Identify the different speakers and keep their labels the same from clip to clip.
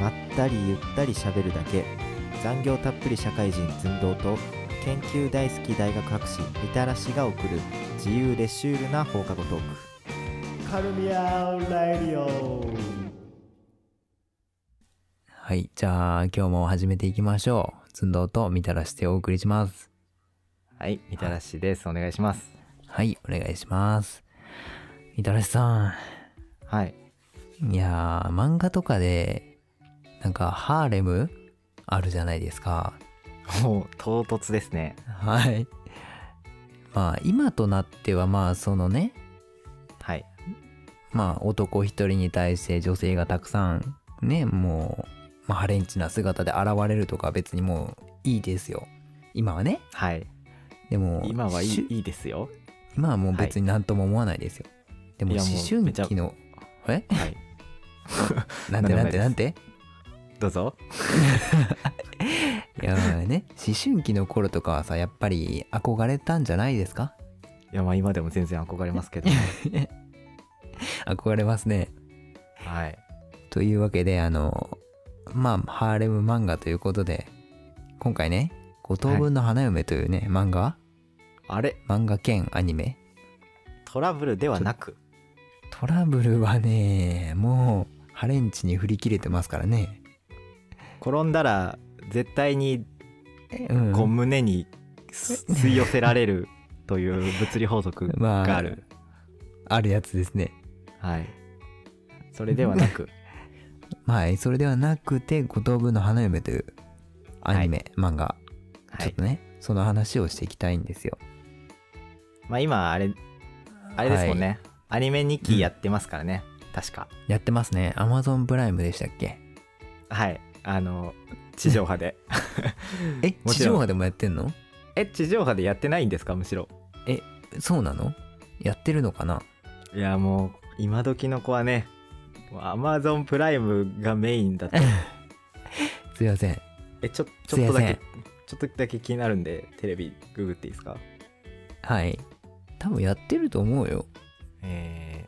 Speaker 1: まったりゆったり喋るだけ残業たっぷり社会人寸胴と研究大好き大学博士みたらしが送る自由でシュールな放課後トーク
Speaker 2: カルミアラディオ
Speaker 3: はい。じゃあ、今日も始めていきましょう。寸胴とみたらしてお送りします。
Speaker 1: はいみたらしですお願いします
Speaker 3: はい。お願いします。みたらしさ
Speaker 1: はい
Speaker 3: ん。いやー、漫画とかで、なんか、ハーレムあるじゃないですか。
Speaker 1: もう唐突ですね
Speaker 3: はい。まあ、今となっては、まあ、そのね、
Speaker 1: はい
Speaker 3: まあ、男一人に対して女性がたくさん、ね、もう、まあ、ハレンチな姿で現れるとか別にもういいですよ。今はね。
Speaker 1: はい
Speaker 3: でも、
Speaker 1: 今はい
Speaker 3: しゅ
Speaker 1: いいいで すよ
Speaker 3: 今はもう別になんとも思わないですよ。でも
Speaker 1: いや
Speaker 3: 思
Speaker 1: もう
Speaker 3: 春期の、え
Speaker 1: はいなん
Speaker 3: なん
Speaker 1: で
Speaker 3: て
Speaker 1: も
Speaker 3: な
Speaker 1: ない
Speaker 3: んて
Speaker 1: です
Speaker 3: なんて
Speaker 1: どうぞ
Speaker 3: いやまあ ね、思春期の頃とかはさ、やっぱり憧れたんじゃないですか
Speaker 1: いやまあ今でも全然憧れます けど
Speaker 3: 憧れますね。
Speaker 1: はい
Speaker 3: というわけで、あの、まあ、ハーレム漫画ということで、今回ね、五等分の花嫁というね、漫画
Speaker 1: あれ
Speaker 3: 漫画兼アニメ。
Speaker 1: トラブルではなく
Speaker 3: トラブルはね、もう、ハレンチに振り切れてますからね。
Speaker 1: 転んだら絶対に
Speaker 3: うん
Speaker 1: こう胸にす吸い寄せられ るという物理法則
Speaker 3: ま
Speaker 1: がある、
Speaker 3: あるやつですね。
Speaker 1: はいそれではな く
Speaker 3: はい、それではなくて、五等分の花嫁というアニメ、漫画、
Speaker 1: は
Speaker 3: ちょっ
Speaker 1: い
Speaker 3: とね、その話をしていきたいんですよ。
Speaker 1: まあ今あれあれですもんね、アニメ2期やってますからね、確か
Speaker 3: やってますね。Amazon プライムでしたっけ
Speaker 1: はいあの地上波 で
Speaker 3: え、
Speaker 1: も
Speaker 3: 地
Speaker 1: ちろん
Speaker 3: 上波でもやってんの
Speaker 1: え地上波でやってないんですかむしろ
Speaker 3: そうなのやってるのかない
Speaker 1: やもう今時の子はねアマゾンプライムがメインだと
Speaker 3: すいません。
Speaker 1: えちょちょっとだ
Speaker 3: すいませ
Speaker 1: け
Speaker 3: ん
Speaker 1: ちょっとだけ気になるんでテレビググっていいですか
Speaker 3: はい。多分やってると思うよ。
Speaker 1: え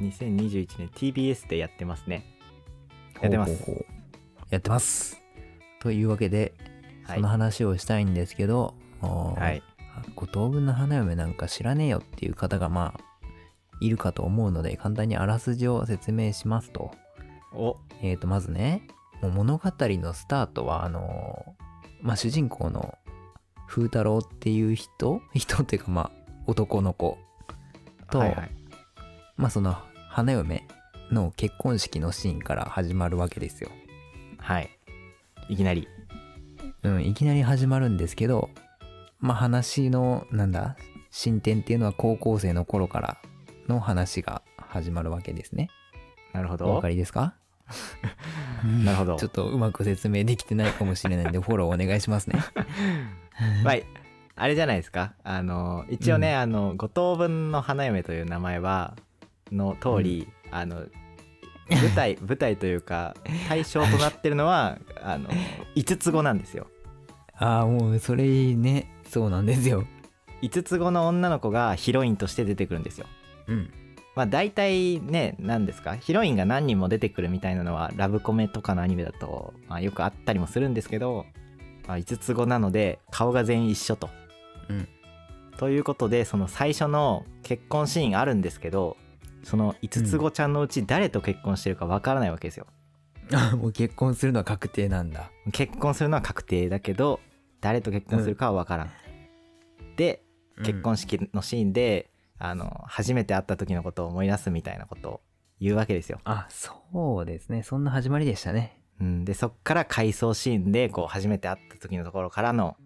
Speaker 1: ー、2021年 TBS でやってますね。やってます
Speaker 3: ほうほうほうやってます。というわけで、
Speaker 1: は
Speaker 3: そ
Speaker 1: い
Speaker 3: の。話をしたいんですけど、おー
Speaker 1: はい。
Speaker 3: 五等分の花嫁なんか知らねえよっていう方がまあいるかと思うので簡単にあらすじを説明しますと,、
Speaker 1: お、
Speaker 3: えー、とまずねもう物語のスタートはあのーまあ、主人公の風太郎っていう人 人っていうかまあ男の子と、
Speaker 1: はいはい
Speaker 3: まあ、その花嫁の結婚式のシーンから始まるわけですよ。
Speaker 1: はい。いきなり。
Speaker 3: うん、いきなり始まるんですけど、まあ、話のなんだ進展っていうのは高校生の頃からの話が始まるわけですね。
Speaker 1: なるほど。
Speaker 3: お分かりですか
Speaker 1: なるほど
Speaker 3: ちょっとうまく説明できてないかもしれないん でフォローお願いしますね。
Speaker 1: はい。あれじゃないですか。あの、一応ね、あの、五等分の花嫁という名前は、の通り、あの、舞台、 舞台というか、対象となってるのは、あの、五つ子なんですよ。
Speaker 3: ああもうそれいいねそうなんですよ。
Speaker 1: 五つ子の女の子がヒロインとして出てくるんですよ。
Speaker 3: うん、
Speaker 1: まあ大体ね何ですかヒロインが何人も出てくるみたいなのはラブコメとかのアニメだと、まあ、よくあったりもするんですけど、まあ、5つ子なので顔が全員一緒と。
Speaker 3: うん
Speaker 1: ということでその最初の結婚シーンあるんですけどその5つ子ちゃんのうち誰と結婚してるかわからないわけですよ。
Speaker 3: あ ーもう結婚するのは確定なんだ。
Speaker 1: 結婚するのは確定だけど誰と結婚するかはわからん。で結婚式のシーンで、あの初めて会った時のことを思い出すみたいなことを言うわけですよ。
Speaker 3: あそうですねそんな始まりでしたね。
Speaker 1: うん、でそっから回想シーンでこう初めて会った時のところからの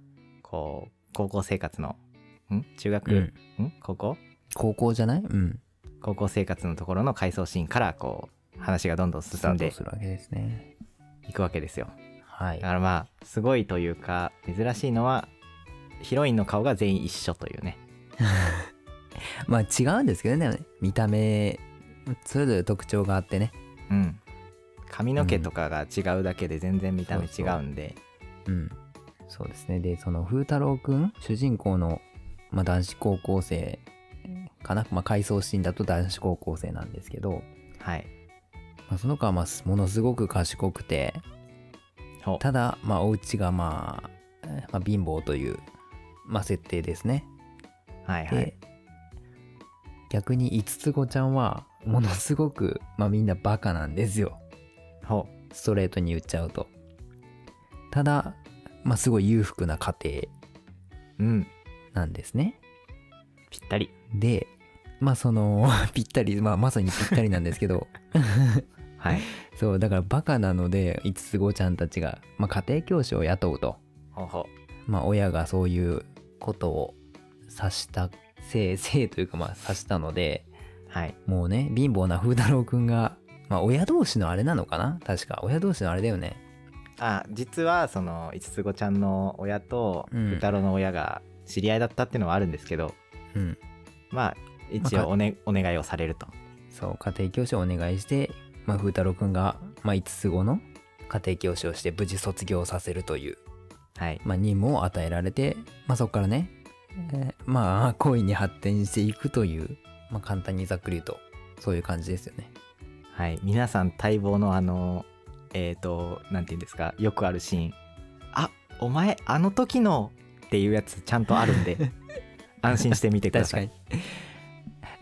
Speaker 1: こう高校生活のん中学、ん、高校
Speaker 3: 高校じゃないうん。
Speaker 1: 高校生活のところの回想シーンからこう話がどんどん進んで
Speaker 3: スタートするわけですね。
Speaker 1: いくわけですよ
Speaker 3: はい
Speaker 1: だ。からまあすごいというか珍しいのはヒロインの顔が全員一緒というね
Speaker 3: まあ違うんですけどね見た目それぞれ特徴があってね、
Speaker 1: うん髪の毛とかが違うだけで全然見た目違うんで、
Speaker 3: うん、そうですねでその風太郎くん主人公の、まあ、男子高校生かな、まあ、回想シーンだと男子高校生なんですけど
Speaker 1: はい
Speaker 3: まあ、その子はまあものすごく賢くて
Speaker 1: ほ
Speaker 3: ただまあお家がまあ、えーまあ、貧乏という、まあ、設定ですね
Speaker 1: はい
Speaker 3: で、
Speaker 1: はい
Speaker 3: 逆に五つ子ちゃんはものすごく、まあ、みんなバカなんですよ
Speaker 1: ほ
Speaker 3: ストレートに言っちゃうとただ、まあ、すごい裕福な家庭
Speaker 1: うん
Speaker 3: なんですね
Speaker 1: ぴったり
Speaker 3: でまあその ぴったり、まあ、まさにぴったりなんですけど
Speaker 1: はい
Speaker 3: そうだからバカなので五つ子ちゃんたちが、まあ、家庭教師を雇うと、
Speaker 1: ほうほ
Speaker 3: まあ、親がそういうことを指したせいせいというかまあ指したので
Speaker 1: うはい
Speaker 3: もうね貧乏な風太郎くんが、まあ、親同士のあれなのかな確か親同士のあれだよね
Speaker 1: あ実はその五つ子ちゃんの親と
Speaker 3: うん
Speaker 1: ふたろの親が知り合いだったっていうのはあるんですけど、
Speaker 3: うん
Speaker 1: まあ一応お,、ね、お願いをされると
Speaker 3: そう家庭教師をお願いして、まあ、風太郎くんが、まあ、5つ子の家庭教師をして無事卒業させるという、
Speaker 1: はい
Speaker 3: まあ、任務を与えられて、まあ、そこからね、えーまあ恋に発展していくという、まあ、簡単にざっくり言うとそういう感じですよね
Speaker 1: はい皆さん待望のあのえっ、となんて言うんですかよくあるシーンあお前あの時のっていうやつちゃんとあるん で安心して見てくだ
Speaker 3: 確
Speaker 1: さ
Speaker 3: か
Speaker 1: い
Speaker 3: に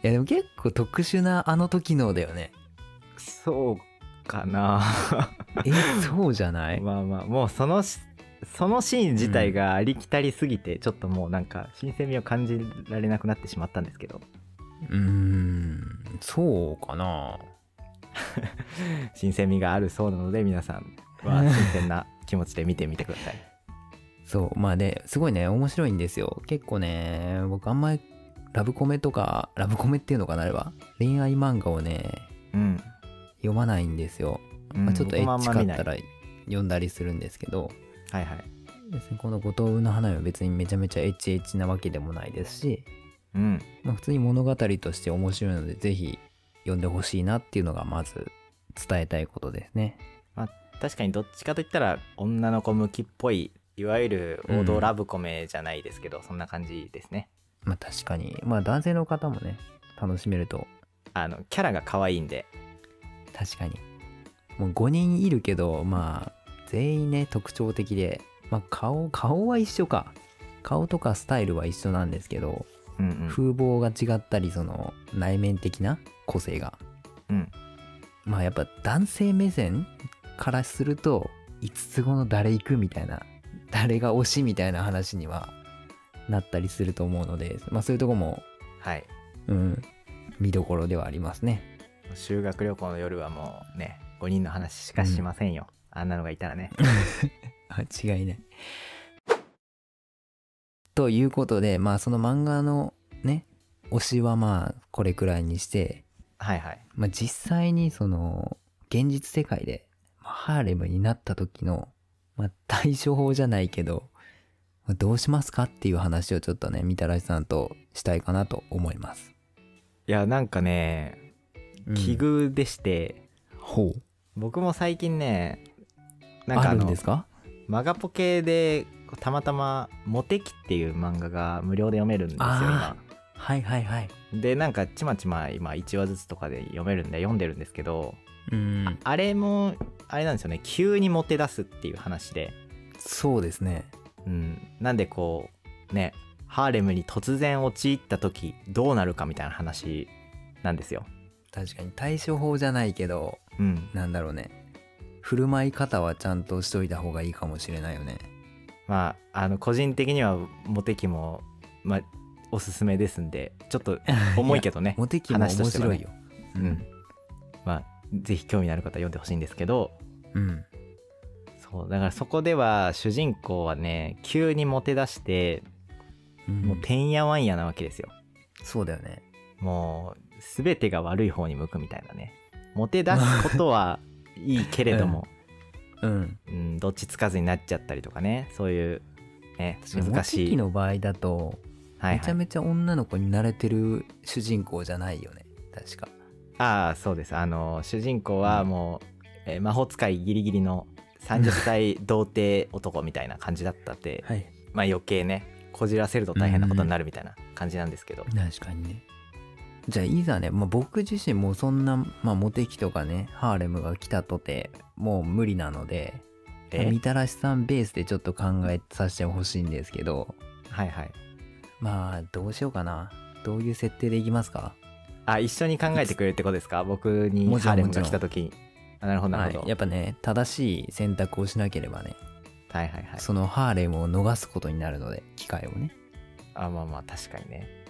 Speaker 3: いやでも結構特殊なあの時のだよね
Speaker 1: そうかな
Speaker 3: えそうじゃな い
Speaker 1: まあまあもうそのしそのシーン自体がありきたりすぎて、ちょっともうなんか新鮮味を感じられなくなってしまったんですけど
Speaker 3: うーんそうかな
Speaker 1: 新鮮味があるそうなので皆さんは新鮮な気持ちで見てみてください
Speaker 3: そうまあですごいね面白いんですよ結構ね僕あんまりラブコメとかラブコメっていうのかなあれは恋愛漫画をね
Speaker 1: うん、
Speaker 3: 読まないんですよ、
Speaker 1: うん
Speaker 3: まあ、ちょっとエ
Speaker 1: 僕もあ
Speaker 3: ッ
Speaker 1: ん
Speaker 3: チ
Speaker 1: ま
Speaker 3: かっ
Speaker 1: 見ない
Speaker 3: たら読んだりするんですけど
Speaker 1: はいはい
Speaker 3: 別にこの「五島の花」は別にめちゃめちゃエッチエッチなわけでもないですし、
Speaker 1: うん
Speaker 3: まあ、普通に物語として面白いのでぜひ読んでほしいなっていうのがまず伝えたいことですね
Speaker 1: 確かにどっちかといったら女の子向きっぽいいわゆる王道ラブコメじゃないですけど、そんな感じですね
Speaker 3: まあ確かにまあ男性の方もね楽しめると
Speaker 1: あのキャラが可愛いんで
Speaker 3: 確かにもう5人いるけどまあ全員ね特徴的で、まあ、顔顔は一緒か顔とかスタイルは一緒なんですけど、
Speaker 1: うんうん
Speaker 3: 風貌が違ったりその内面的な個性が
Speaker 1: うん
Speaker 3: まあやっぱ男性目線からすると5つ子の誰行くみたいな誰が推しみたいな話にはなったりすると思うので、まあ、そういうとこも、
Speaker 1: はい
Speaker 3: うん、見どころではありますね。
Speaker 1: 修学旅行の夜はもうね5人の話しかしませんよ、あんなのがいたらね
Speaker 3: あ違いない。ということでまあその漫画のね推しはまあこれくらいにして、
Speaker 1: はいはい
Speaker 3: まあ、実際にその現実世界で、まあ、ハーレムになった時の、まあ、対処法じゃないけどまあどうしますかっていう話をちょっとねみたらしさんとしたいかなと思います。
Speaker 1: いやなんかね奇
Speaker 3: うん
Speaker 1: 遇でして、
Speaker 3: ほう
Speaker 1: 僕も最近ねなんか
Speaker 3: あ
Speaker 1: あ
Speaker 3: るん
Speaker 1: の
Speaker 3: ですか
Speaker 1: マガポケでたまたま「モテキ」っていう漫画が無料で読めるんですよ
Speaker 3: あ
Speaker 1: 今
Speaker 3: はいはいはい。
Speaker 1: でなんかちまちま今1話ずつとかで読めるんで読んでるんですけど
Speaker 3: うん
Speaker 1: あれもあれなんですよね急にモテ出すっていう話で、
Speaker 3: そうですね。
Speaker 1: うん、なんでこうねハーレムに突然陥った時どうなるかみたいな話なんですよ、
Speaker 3: 確かに対処法じゃないけど
Speaker 1: うん、
Speaker 3: なんだろうね振る舞い方はちゃんとしといた方がいいかもしれない よね
Speaker 1: まああの個人的にはモテキも、まあ、おすすめですんでちょっと重いけどね
Speaker 3: モテ期も面
Speaker 1: 話としては
Speaker 3: 白
Speaker 1: ね
Speaker 3: いよ、
Speaker 1: うん、まあぜひ興味のある方は読んでほしいんですけど
Speaker 3: うん
Speaker 1: そうだからそこでは主人公はね急にモテ出して
Speaker 3: うん
Speaker 1: もうてんやわんやなわけですよ
Speaker 3: そうだよね
Speaker 1: もう全てが悪い方に向くみたいなねモテ出すことはいいけれども、
Speaker 3: うん
Speaker 1: うん、どっちつかずになっちゃったりとかねそういう、ね、難
Speaker 3: モ
Speaker 1: し
Speaker 3: テ
Speaker 1: い
Speaker 3: 期の場合だと
Speaker 1: はい
Speaker 3: め
Speaker 1: は
Speaker 3: ちゃ
Speaker 1: い、
Speaker 3: めちゃ女の子に慣れてる主人公じゃないよね確か
Speaker 1: ああそうですあの主人公はもう、えー魔法使いギリギリの30歳童貞男みたいな感じだったって
Speaker 3: はい
Speaker 1: まあ余計ねこじらせると大変なことになるみたいな感じなんですけど、
Speaker 3: 確かにねじゃあいざね、まあ、僕自身もうそんな、まあ、モテ期とかねハーレムが来たとてもう無理なので
Speaker 1: え
Speaker 3: みたらしさんベースでちょっと考えさせてほしいんですけど
Speaker 1: はいはい
Speaker 3: まあどうしようかなどういう設定でいきますか
Speaker 1: あ一緒に考えてくれるってことですか僕に
Speaker 3: もち
Speaker 1: ハ
Speaker 3: ろん
Speaker 1: ーレム
Speaker 3: もち
Speaker 1: が
Speaker 3: ろん
Speaker 1: 来た時にあなるほどなるほど、
Speaker 3: はい、やっぱね正しい選択をしなければね、
Speaker 1: はいはいはい
Speaker 3: そのハーレムを逃すことになるので機会をね、
Speaker 1: あまあまあ確かにね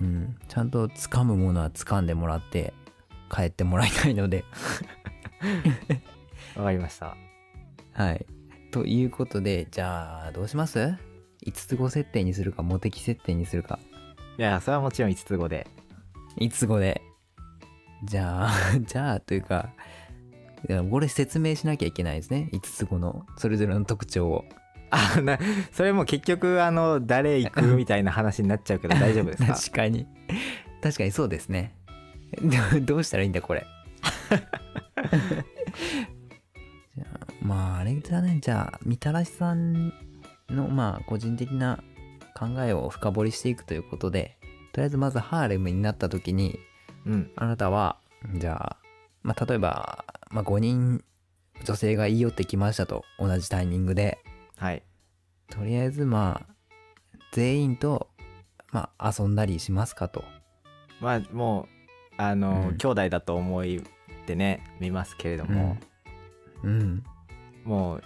Speaker 3: うん、ちゃんと掴むものは掴んでもらって帰ってもらいたいので
Speaker 1: わかりました
Speaker 3: はい。ということで、じゃあ、どうします ?5 つ子設定にするか、モテキ設定にするか。
Speaker 1: いやそれはもちろん5つ語で
Speaker 3: 5つ子で。じゃあ、 じゃあ、というか、いやこれ説明しなきゃいけないですね。5つ子の、それぞれの特徴を。
Speaker 1: あなそれもう結局あの誰行くみたいな話に なっちゃうけど大丈夫ですか
Speaker 3: 確かに。確かにそうですね。どどうしたらいいんだ、これ。じゃあまあ、あれだね。じゃあ、みたらしさんの、まあ、個人的な考えを深掘りしていくということで、とりあえずまずハーレムになった時に、
Speaker 1: うん
Speaker 3: あなたは、じゃあ、まあ、例えば、まあ、5人女性が言い寄ってきましたと、同じタイミングで、
Speaker 1: はい
Speaker 3: とりあえず、まあ、全員と、まあ、遊んだりしますかと。
Speaker 1: まあもうあの、
Speaker 3: うん
Speaker 1: 兄弟だと思いってね見ますけれども、
Speaker 3: うん。
Speaker 1: もう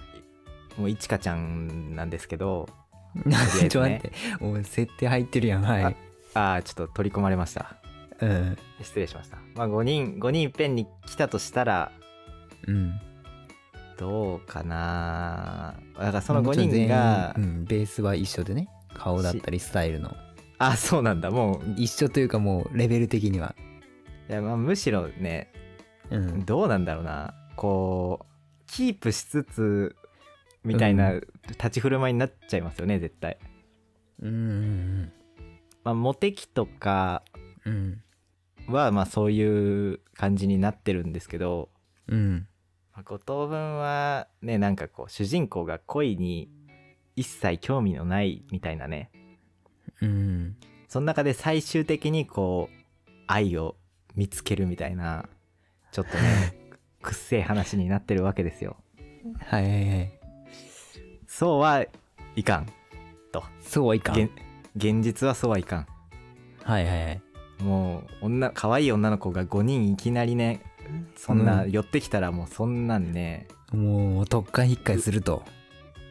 Speaker 1: いもういちかちゃんなんですけどえずね
Speaker 3: ちょっと待って。お前設定入ってるやん。はい。
Speaker 1: ああちょっと取り込まれました
Speaker 3: うん。
Speaker 1: 失礼しましたまあ5人5人いっぺんに来たとしたら
Speaker 3: うん。
Speaker 1: どうかなだからその5
Speaker 3: もちろん
Speaker 1: 人が、
Speaker 3: 全員うん、ベースは一緒でね。顔だったりスタイルの。
Speaker 1: あそうなんだもう
Speaker 3: 一緒というかもうレベル的には。
Speaker 1: いや、まあ、むしろね
Speaker 3: うん。
Speaker 1: どうなんだろうなこうキープしつつみたいな
Speaker 3: う
Speaker 1: 立ち振る舞いになっちゃいますよね絶対、
Speaker 3: うんうん
Speaker 1: まあ、モテ期とか
Speaker 3: うん。うん。
Speaker 1: はまあそういう感じになってるんですけど、
Speaker 3: うん。
Speaker 1: まあ、五等分はねなんかこう主人公が恋に一切興味のないみたいなね
Speaker 3: うん。
Speaker 1: その中で最終的にこう愛を見つけるみたいなちょっとね くっせえ話になってるわけですよ
Speaker 3: はいはいはい。
Speaker 1: そうはいかん
Speaker 3: そうはいかん。
Speaker 1: 現現実はそうはいか
Speaker 3: はいはいはい。
Speaker 1: んもう女可愛い女の子が5人いきなりねそんな寄ってきたらもうそんなんね、
Speaker 3: もう、特会引っかいすると。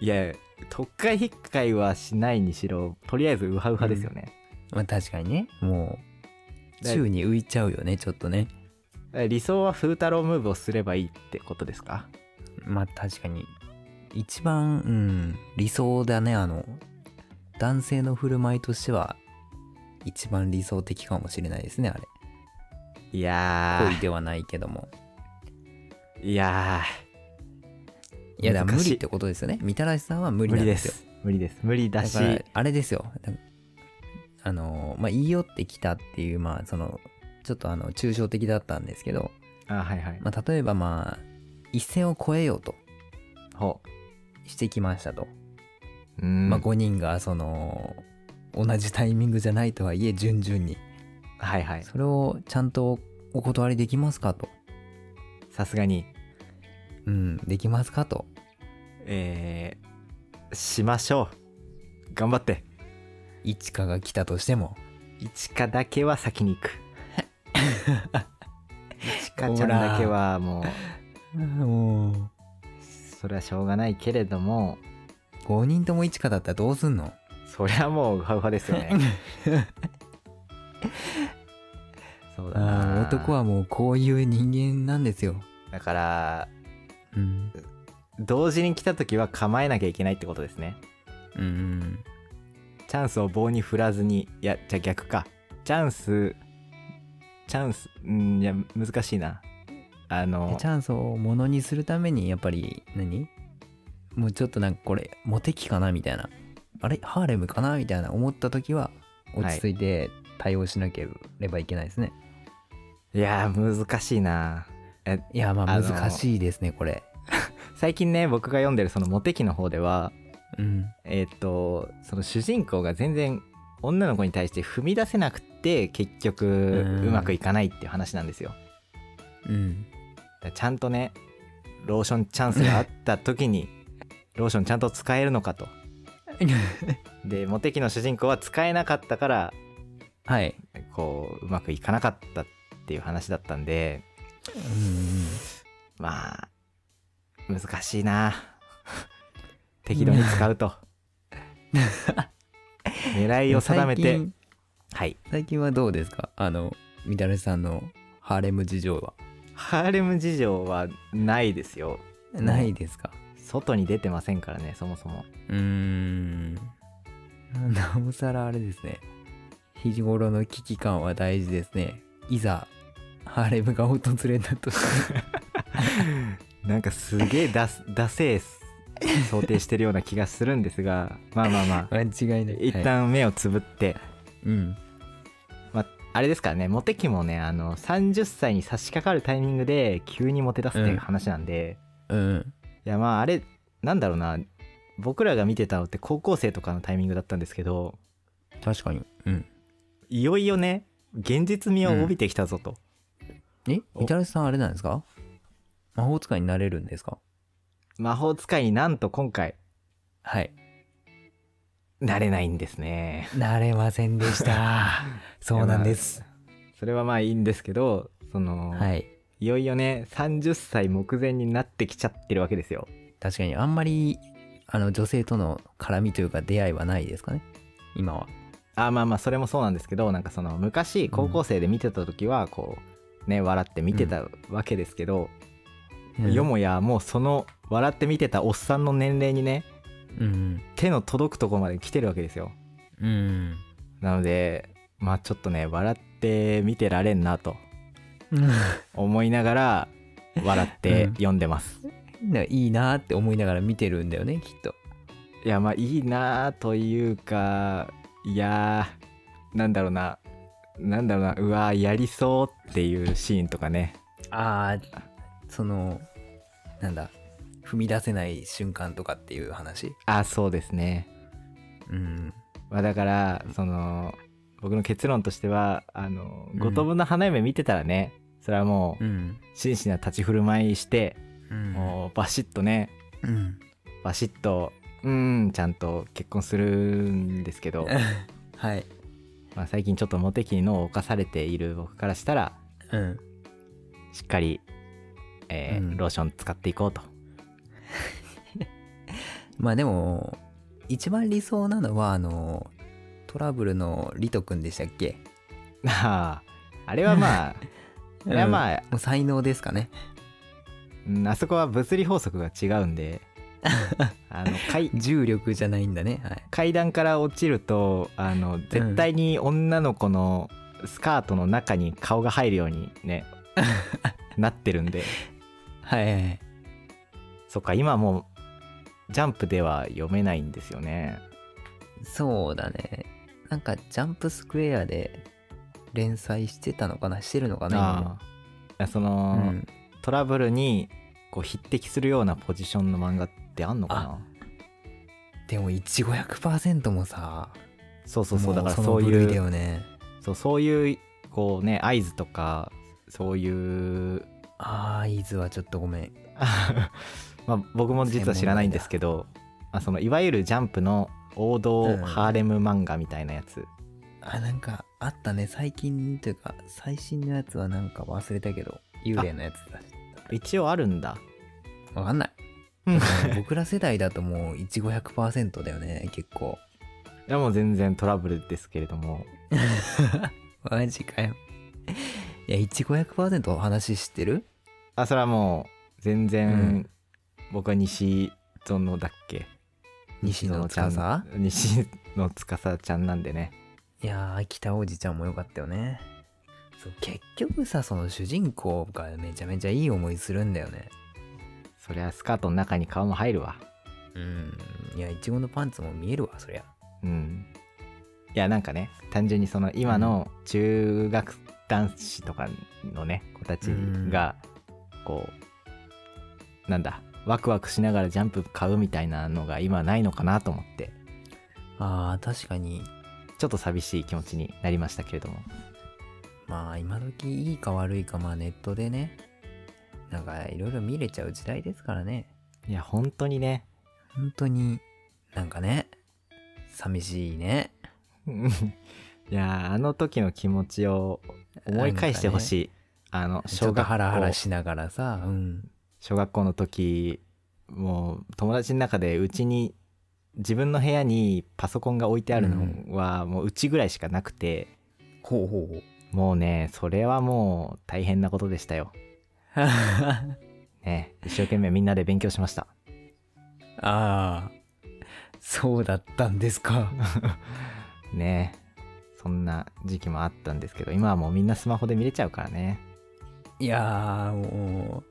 Speaker 1: いや特会引っかいはしないにしろとりあえずウハウハですよね、
Speaker 3: まあ確かにね。もう、
Speaker 1: だ
Speaker 3: 宙に浮いちゃうよね、ちょっとね。
Speaker 1: 理想は風太郎ムーブをすればいいってことですか
Speaker 3: まあ確かに一番、うん、理想だねあの男性の振る舞いとしては一番理想的かもしれないですねあれ
Speaker 1: いや
Speaker 3: 恋ではないけども
Speaker 1: ーいや
Speaker 3: いやだから
Speaker 1: 難
Speaker 3: 無
Speaker 1: しい
Speaker 3: 理ってことですよねみたらしさんは無
Speaker 1: ー
Speaker 3: 理
Speaker 1: 無
Speaker 3: な
Speaker 1: 理で
Speaker 3: んですよ
Speaker 1: す無理です無理だし
Speaker 3: だからあれですよだあのまあ言い寄ってきたっていうまあそのちょっとあの抽象的だったんですけど、
Speaker 1: あはいはい、
Speaker 3: まあ、例えばまあ一線を越えようと
Speaker 1: ほ
Speaker 3: してきましたと、
Speaker 1: ううん
Speaker 3: まあ5人がその同じタイミングじゃないとはいえ順々に
Speaker 1: はいはい
Speaker 3: それをちゃんとお断りできますかと。
Speaker 1: さすがに
Speaker 3: うん、できますかと。
Speaker 1: えー、しましょう頑張って
Speaker 3: 一花が来たとしても。
Speaker 1: 一花だけは先 に行く一花ちゃんだけはもう
Speaker 3: も
Speaker 1: それはしょうがないけれども
Speaker 3: う。5人とも一花だったらどうすんの
Speaker 1: そりゃもうウハウハですよね そうだな
Speaker 3: あー男はもうこういう人間なんですよ。
Speaker 1: だから
Speaker 3: うん。
Speaker 1: 同時に来た時は構えなきゃいけないってことですね
Speaker 3: うん。
Speaker 1: チャンスを棒に振らずにいやじゃあ逆かチャンスチャンスうんいや難しいなあ
Speaker 3: で
Speaker 1: の
Speaker 3: チャンスをものにするために、やっぱり何、もうちょっとなんかこれ、モテ期かなみたいな。あれハーレムかなみたいな思った時は、落ち着いて対応しなければいけないですね。、
Speaker 1: いやー難しいない
Speaker 3: や、ま
Speaker 1: あ
Speaker 3: あ
Speaker 1: の
Speaker 3: 難しいですね、これ。
Speaker 1: 最近ね僕が読んでるそのモテ期の方では
Speaker 3: うん。
Speaker 1: えっ、とその主人公が全然女の子に対して踏み出せなくて結局
Speaker 3: うん
Speaker 1: うまくいかないっていう話なんですよ。
Speaker 3: うん
Speaker 1: だからちゃんとねローションチャンスがあった時 にローションちゃんと使えるのかと。でモテ期の主人公は使えなかったから
Speaker 3: はい
Speaker 1: こううまくいかなかったっていう話だったんで
Speaker 3: うん
Speaker 1: まあ難しいな 適度に使うと狙いを定め
Speaker 3: 最
Speaker 1: て
Speaker 3: 近
Speaker 1: はい
Speaker 3: 最近はどうですかあのみたらしさんのハーレム事情は
Speaker 1: ハーレム事情はないですよ
Speaker 3: ないですか
Speaker 1: 外に出てませんからねそもそも
Speaker 3: うーんなおさらあれですね日頃の危機感は大事ですねいざハーレムが訪れたとして
Speaker 1: なんかす げえダスダセー想定してるような気がするんですがまあまあまあ
Speaker 3: 間違いない
Speaker 1: 一
Speaker 3: はい
Speaker 1: 旦目をつぶって、
Speaker 3: うん
Speaker 1: まあ、あれですからねモテ期もねあの30歳に差し掛かるタイミングで急にモテ出すっていう話なんで、
Speaker 3: うん
Speaker 1: いやまああれなんだろうな僕らが見てたのって高校生とかのタイミングだったんですけど
Speaker 3: 確かにうん
Speaker 1: いよいよね現実味を帯びてきたぞと、
Speaker 3: え
Speaker 1: お
Speaker 3: みたらしさんあれなんですか魔法使いになれるんですか
Speaker 1: 魔法使いになんと今回
Speaker 3: はい
Speaker 1: なれないんですね
Speaker 3: なれませんでしたそうなんです
Speaker 1: それはまあいいんですけどその、
Speaker 3: はい
Speaker 1: いよいよね30歳目前になってきちゃってるわけですよ
Speaker 3: 確かにあんまりあの女性との絡みというか出会いはないですかね今は
Speaker 1: あまあまあそれもそうなんですけどなんかその昔高校生で見てた時はこうね笑って見てたわけですけど、よもやもうその笑って見てたおっさんの年齢にね
Speaker 3: うん
Speaker 1: 手の届くとこまで来てるわけですよ
Speaker 3: うん
Speaker 1: なのでまあちょっとね笑って見てられんなと思いながら笑って
Speaker 3: うん
Speaker 1: 読んでます、
Speaker 3: なんかいいなーって思いながら見てるんだよねきっと
Speaker 1: いやまあいいなあというかいやーなんだろうななんだろうなうわーやりそうっていうシーンとかね
Speaker 3: ああそのなんだ踏み出せない瞬間とかっていう話
Speaker 1: あそうですね、
Speaker 3: うん
Speaker 1: まあ、だからその僕の結論としてはあの
Speaker 3: うん
Speaker 1: 五等分の花嫁見てたらね、それはもう
Speaker 3: うん
Speaker 1: 真摯な立ち振る舞いして、
Speaker 3: うん
Speaker 1: もうバシッとね
Speaker 3: うん
Speaker 1: バシッとうーんちゃんと結婚するんですけど
Speaker 3: はい
Speaker 1: まあ最近ちょっとモテ期の犯されている僕からしたら
Speaker 3: うん
Speaker 1: しっかり、えー
Speaker 3: うん
Speaker 1: ローション使っていこうと
Speaker 3: まあでも一番理想なのはあのトラブルのリト君でしたっけ
Speaker 1: あああれはまあいや
Speaker 3: あ、
Speaker 1: まあ、
Speaker 3: もう才能ですかね
Speaker 1: うんあそこは物理法則が違うん であの階
Speaker 3: 重力じゃないんだねはい
Speaker 1: 階段から落ちるとあの絶対に女の子のスカートの中に顔が入るように ねなってるんで
Speaker 3: はいはいはい
Speaker 1: そっか今もうジャンプでは読めないんですよね
Speaker 3: そうだねなんかジャンプスクエアで連載してたのかなしてるのかな
Speaker 1: ああそ
Speaker 3: 今
Speaker 1: の
Speaker 3: も、うん
Speaker 1: トラブルにこう匹敵するようなポジションの漫画ってあんのかな
Speaker 3: でも1500%もさ
Speaker 1: そうそうそ
Speaker 3: も
Speaker 1: うだから
Speaker 3: の
Speaker 1: そう
Speaker 3: 部
Speaker 1: い
Speaker 3: 類
Speaker 1: う
Speaker 3: だよね
Speaker 1: そうそういうこうね合図とかそういう
Speaker 3: ああ伊豆はちょっとごめん
Speaker 1: まあ僕も実は知らないんですけど、まあ、そのいわゆるジャンプの王
Speaker 3: うん
Speaker 1: 道ハーレム漫画みたいなやつ、
Speaker 3: あなんかあったね最近というか最新のやつはなんか忘れたけど幽霊のやつだし
Speaker 1: 一応あるんだ
Speaker 3: わ かんない
Speaker 1: うん
Speaker 3: でも僕ら世代だともう1500%だよね結構
Speaker 1: いやもう全然トラブルですけれども
Speaker 3: マジかよいや1500%お話知ってる
Speaker 1: あそれはもう全然、
Speaker 3: うん
Speaker 1: 僕は西園だっけ
Speaker 3: 西野
Speaker 1: ちゃん
Speaker 3: 司
Speaker 1: 西野司ちゃんなんでね
Speaker 3: いやー北おじちゃんもよかったよねそう結局さその主人公がめちゃめちゃいい思いするんだよね
Speaker 1: そりゃスカートの中に顔も入るわ
Speaker 3: うんいやいちごのパンツも見えるわそりゃ
Speaker 1: うんいやなんかね単純にその今の中学男子とかのね子たちがこうなんだワクワクしながらジャンプ買うみたいなのが今ないのかなと思って
Speaker 3: あー確かに
Speaker 1: ちょっと寂しい気持ちになりましたけれども
Speaker 3: まあ今時いいか悪いかまあネットでねなんかいろいろ見れちゃう時代ですからね
Speaker 1: いや本当にね
Speaker 3: 本当になんかね寂しいね
Speaker 1: うんいやーあの時の気持ちを思い返してほしい、あの
Speaker 3: ち
Speaker 1: 小
Speaker 3: ょっと
Speaker 1: 学
Speaker 3: ハラハラ
Speaker 1: 校
Speaker 3: しながらさうん
Speaker 1: 小学校の時もう友達の中でうちに自分の部屋にパソコンが置いてあるのはもううちぐらいしかなくて、
Speaker 3: ほうほうほう
Speaker 1: もうねそれはもう大変なことでしたよ、
Speaker 3: あ
Speaker 1: ね、一生懸命みんなで勉強しました
Speaker 3: あそうだったんですか
Speaker 1: ねそんな時期もあったんですけど今はもうみんなスマホで見れちゃうからね
Speaker 3: いやーも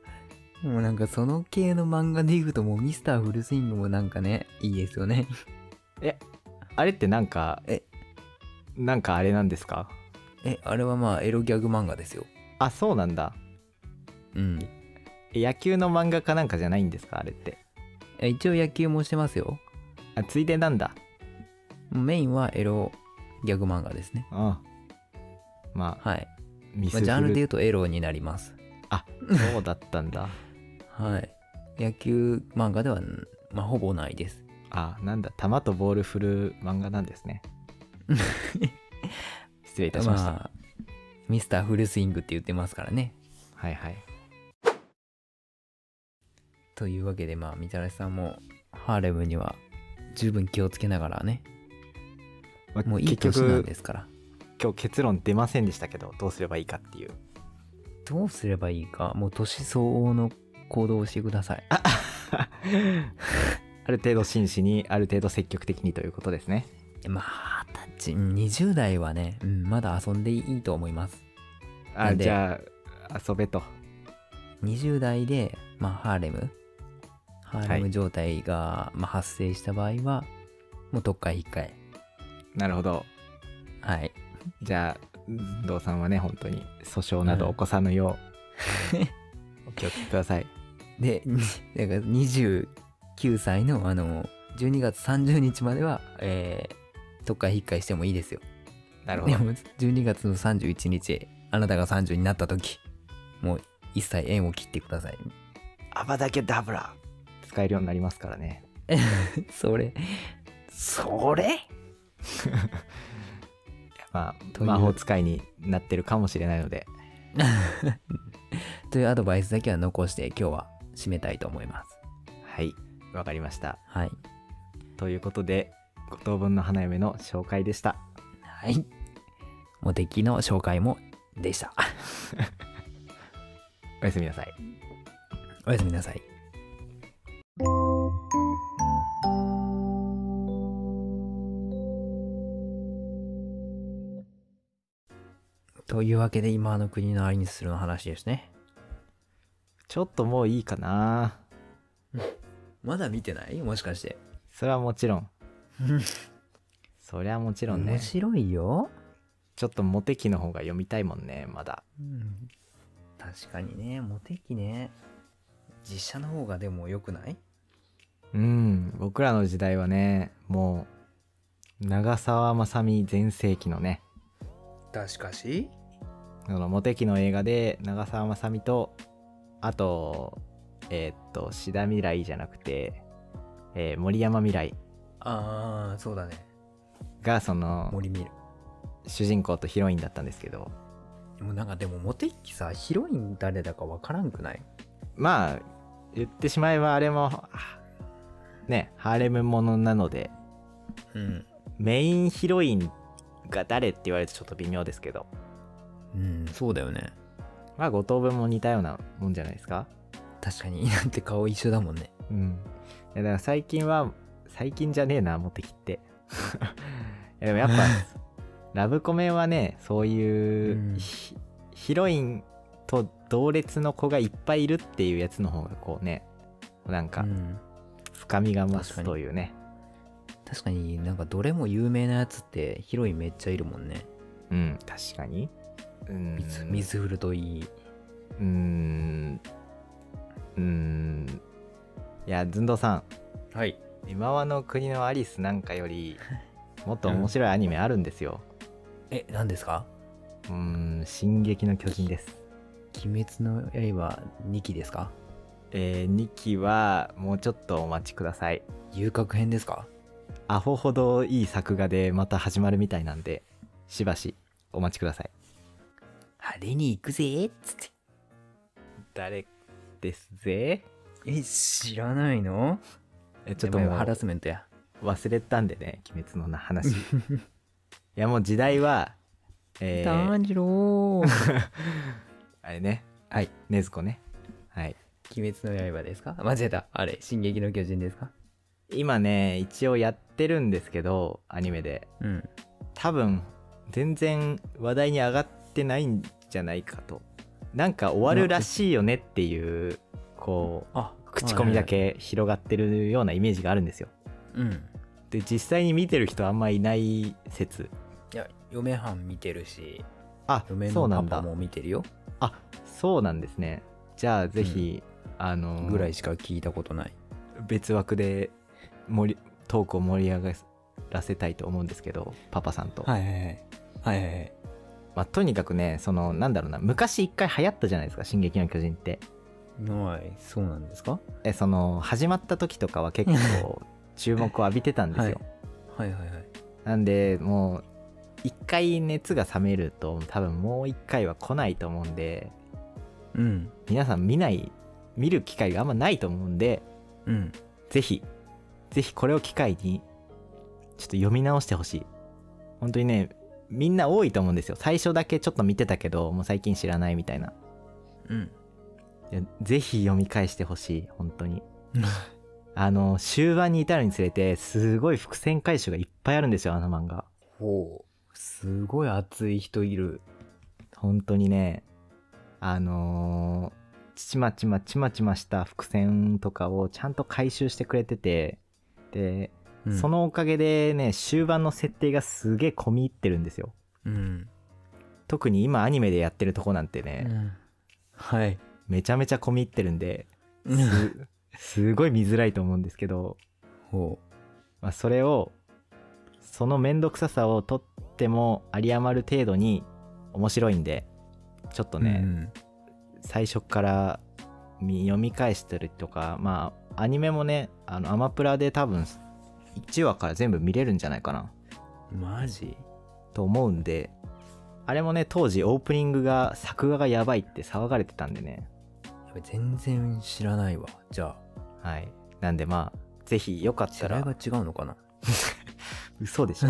Speaker 3: うもうなんかその系の漫画でいくともうミスターフルスイングもなんかねいいですよね
Speaker 1: あれってなんか
Speaker 3: え
Speaker 1: なんかあれなんですか
Speaker 3: えあれはまあエロギャグ漫画ですよ
Speaker 1: あそうなんだ
Speaker 3: うん
Speaker 1: 野球の漫画かなんかじゃないんですかあれって
Speaker 3: え一応野球もしてますよ
Speaker 1: あついでなんだ
Speaker 3: メインはエロギャグ漫画ですね
Speaker 1: うんまあ
Speaker 3: はい、
Speaker 1: ミス
Speaker 3: まあ
Speaker 1: フ
Speaker 3: ジャンルで
Speaker 1: ル
Speaker 3: 言うとエロになります
Speaker 1: そうだったんだ
Speaker 3: はい野球漫画では、まあ、ほぼないです
Speaker 1: あなんだ球とボール振る漫画なん ですね失礼いたしました、
Speaker 3: あミスターフルスイングって言ってますからね
Speaker 1: はいはい
Speaker 3: というわけでまあみたらしさんもハーレムには十分気をつけながらね
Speaker 1: まあ
Speaker 3: もういい
Speaker 1: 結
Speaker 3: 年なん
Speaker 1: 局
Speaker 3: ですから
Speaker 1: 今日結論出ませんでしたけどどうすればいいかっていう
Speaker 3: どうすればいいかもう年相応の行動をしてください
Speaker 1: ある程度真摯にある程度積極的にということですね
Speaker 3: まあ二十歳うん20代はね、うん、まだ遊んでいいと思いますな
Speaker 1: あ
Speaker 3: んで
Speaker 1: じゃあ遊べと
Speaker 3: 20代で、まあ、ハーレムハーレ
Speaker 1: は
Speaker 3: ム
Speaker 1: い
Speaker 3: 状態が、まあ、発生した場合はもうどっかへ一回
Speaker 1: なるほど
Speaker 3: はい
Speaker 1: じゃあ運動さんはね本当に訴訟など起こさぬよ う、お気をつけください
Speaker 3: で にだから29歳のあの12月30日までは、えー、どっかへ一回してもいいですよ
Speaker 1: なるほ
Speaker 3: で
Speaker 1: ど
Speaker 3: も12月の31日あなたが30になった時もう一切縁を切ってください
Speaker 1: アバダケダブラ使えるようになりますからね
Speaker 3: それそれ
Speaker 1: まあ
Speaker 3: という
Speaker 1: 魔法使いになってるかもしれないので
Speaker 3: というアドバイスだけは残して今日は締めたいと思います
Speaker 1: はいわかりました
Speaker 3: はい
Speaker 1: ということで五等分の花嫁の紹介でした
Speaker 3: はい。モテキの紹介もでした。
Speaker 1: おやすみなさい
Speaker 3: おやすみなさい。というわけで今の国のアリにするの話ですね。
Speaker 1: ちょっともういいかな
Speaker 3: まだ見てないもしかして。
Speaker 1: それはもちろんそりゃもちろんね
Speaker 3: 面白いよ。
Speaker 1: ちょっとモテ期の方が読みたいもんねまだ
Speaker 3: うん、確かにね、モテキね。実写の方がでも良くない
Speaker 1: うん僕らの時代はねもう長澤まさみ全盛期のね
Speaker 3: 確かし
Speaker 1: そのモテ期の映画で長澤まさみとあとえーっと志田未来じゃなくて、えー森山未来
Speaker 3: ああ、そうだね。
Speaker 1: がその
Speaker 3: 森見る。
Speaker 1: 主人公とヒロインだったんですけど
Speaker 3: もうなんかでもモテッキさヒロイン誰だかわからんくない
Speaker 1: まあ言ってしまえばあれもはねハーレムものなので
Speaker 3: うん
Speaker 1: メインヒロインが誰って言われるとちょっと微妙ですけど
Speaker 3: うんそうだよね
Speaker 1: まあ五等分も似たようなもんじゃないですか
Speaker 3: 確かに なんて顔一緒だもんね
Speaker 1: うん。いやだから最近は、最近じゃねえな、モテキって。 いやでもやっ ぱ、ラブコメはね、そういう、
Speaker 3: うん
Speaker 1: ひヒロインと同列の子がいっぱいいるっていうやつの方がこうね、なん
Speaker 3: う
Speaker 1: か
Speaker 3: ん、
Speaker 1: 深みが増
Speaker 3: 確か
Speaker 1: す
Speaker 3: に
Speaker 1: というね。
Speaker 3: 確かになんかどれも有名なやつってヒロインめっちゃいるもんね
Speaker 1: うん、確かに。うん。
Speaker 3: 水水降るといい
Speaker 1: うん。うん。いや、ずんどうさん、
Speaker 3: はい
Speaker 1: 今はの国のアリスなんかより、もっと面白いアニメあるんですよ。
Speaker 3: え、何ですか
Speaker 1: うーん、進撃の巨人です。
Speaker 3: 鬼滅の刃2期ですか
Speaker 1: えー、2期はもうちょっとお待ちください。
Speaker 3: 遊郭編ですか
Speaker 1: アホほどいい作画でまた始まるみたいなんで、しばしお待ちください。
Speaker 3: 派手に行くぜーっつって。
Speaker 1: 誰ですぜ
Speaker 3: え、知らないの
Speaker 1: えち
Speaker 3: ち
Speaker 1: ょ
Speaker 3: ょ
Speaker 1: っ
Speaker 3: っ
Speaker 1: と
Speaker 3: と
Speaker 1: も
Speaker 3: ハラ
Speaker 1: う
Speaker 3: スメントや。
Speaker 1: 忘れたんでね、鬼滅の話。いやもう時代は、えー、
Speaker 3: 炭治 郎鬼
Speaker 1: あれね、
Speaker 3: はい、
Speaker 1: 禰豆子ね。はい。
Speaker 3: 滅の刃ですか間違えた。あれ、進撃の巨人ですか
Speaker 1: 今ね、一応やってるんですけど、アニメで。
Speaker 3: うん。
Speaker 1: 多分全然話題に上がってないんじゃないかとなんか終わるらしいよねっていうこう
Speaker 3: あ、
Speaker 1: 口コミだ。け広がってるようなイメージがあるんですよ
Speaker 3: うん。
Speaker 1: で実際に見てる人あんまいない説
Speaker 3: いや、嫁はん見てるし、
Speaker 1: あ
Speaker 3: 嫁
Speaker 1: そうな
Speaker 3: のパ
Speaker 1: ん
Speaker 3: パ
Speaker 1: だ
Speaker 3: も見てるよ。
Speaker 1: あそうなんですねじゃあぜひ、あの
Speaker 3: ぐらいしか聞いたことない。
Speaker 1: 別枠で盛りトークを盛り上がらせたいと思うんですけどパパさんと、
Speaker 3: はいはいはい。はいはいはい。
Speaker 1: まあ、とにかくねそのなんだろうな昔一回流行ったじゃないですか「進撃の巨人」って
Speaker 3: はい、そうなんですか
Speaker 1: えその始まった時とかは結 構注目を浴びてたんですよ、
Speaker 3: はいはいはい。
Speaker 1: なんでもう一回熱が冷めると多分もう一回は来ないと思うんで
Speaker 3: うん。
Speaker 1: 皆さん見ない見る機会があんまないと思うんで
Speaker 3: うん。
Speaker 1: ぜひぜひこれを機会にちょっと読み直してほしい本当にねみんな多いと思うんですよ最初だけちょっと見てたけどもう最近知らないみたいな
Speaker 3: うん。
Speaker 1: いやぜひ読み返してほしい本当にあの終盤に至るにつれてすごい伏線回収がいっぱいあるんですよあの漫画
Speaker 3: ほう。すごい熱い人いる。
Speaker 1: 本当にねあのーちまちまちまちました伏線とかをちゃんと回収してくれててで、そ、のおかげでね終盤の設定がすげえ込み入ってるんですよ
Speaker 3: うん。
Speaker 1: 特に今アニメでやってるとこなんてね、
Speaker 3: はい。
Speaker 1: めちゃめちゃ込み入ってるんですすごい見づらいと思うんですけど
Speaker 3: ほ
Speaker 1: まあ、それをその面倒くささをとっても有り余る程度に面白いんでちょっと
Speaker 3: う。
Speaker 1: ね、最初から見読み返したりとかまあアニメもねあのアマプラで多分1話から全部見れるんじゃないかな
Speaker 3: うん。マジ
Speaker 1: と思うんであれもね当時オープニングが作画がやばいって騒がれてたんでね
Speaker 3: やばい全然知らないわ。じゃ
Speaker 1: はいなんでまあぜひよか
Speaker 3: あ、
Speaker 1: っ
Speaker 3: 世
Speaker 1: た
Speaker 3: 代
Speaker 1: ら
Speaker 3: が違うのかな
Speaker 1: 嘘でしょ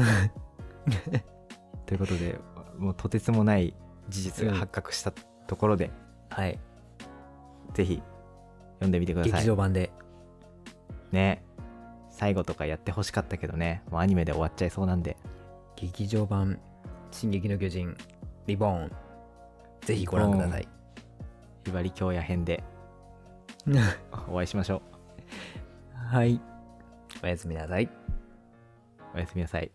Speaker 1: ということでもうとてつもない事実が発覚したところで、
Speaker 3: はい。
Speaker 1: ぜひ読んでみてくださ
Speaker 3: 劇
Speaker 1: い
Speaker 3: 場版で。
Speaker 1: ね最後とかやってほしかったけどねもうアニメで終わっちゃいそうなんで
Speaker 3: 劇場版、進撃の巨人、リボーン。ぜひご覧ください。
Speaker 1: ひばり京也編でお会いしましょ
Speaker 3: はい。おやすみなさい。
Speaker 1: うおやすみなさい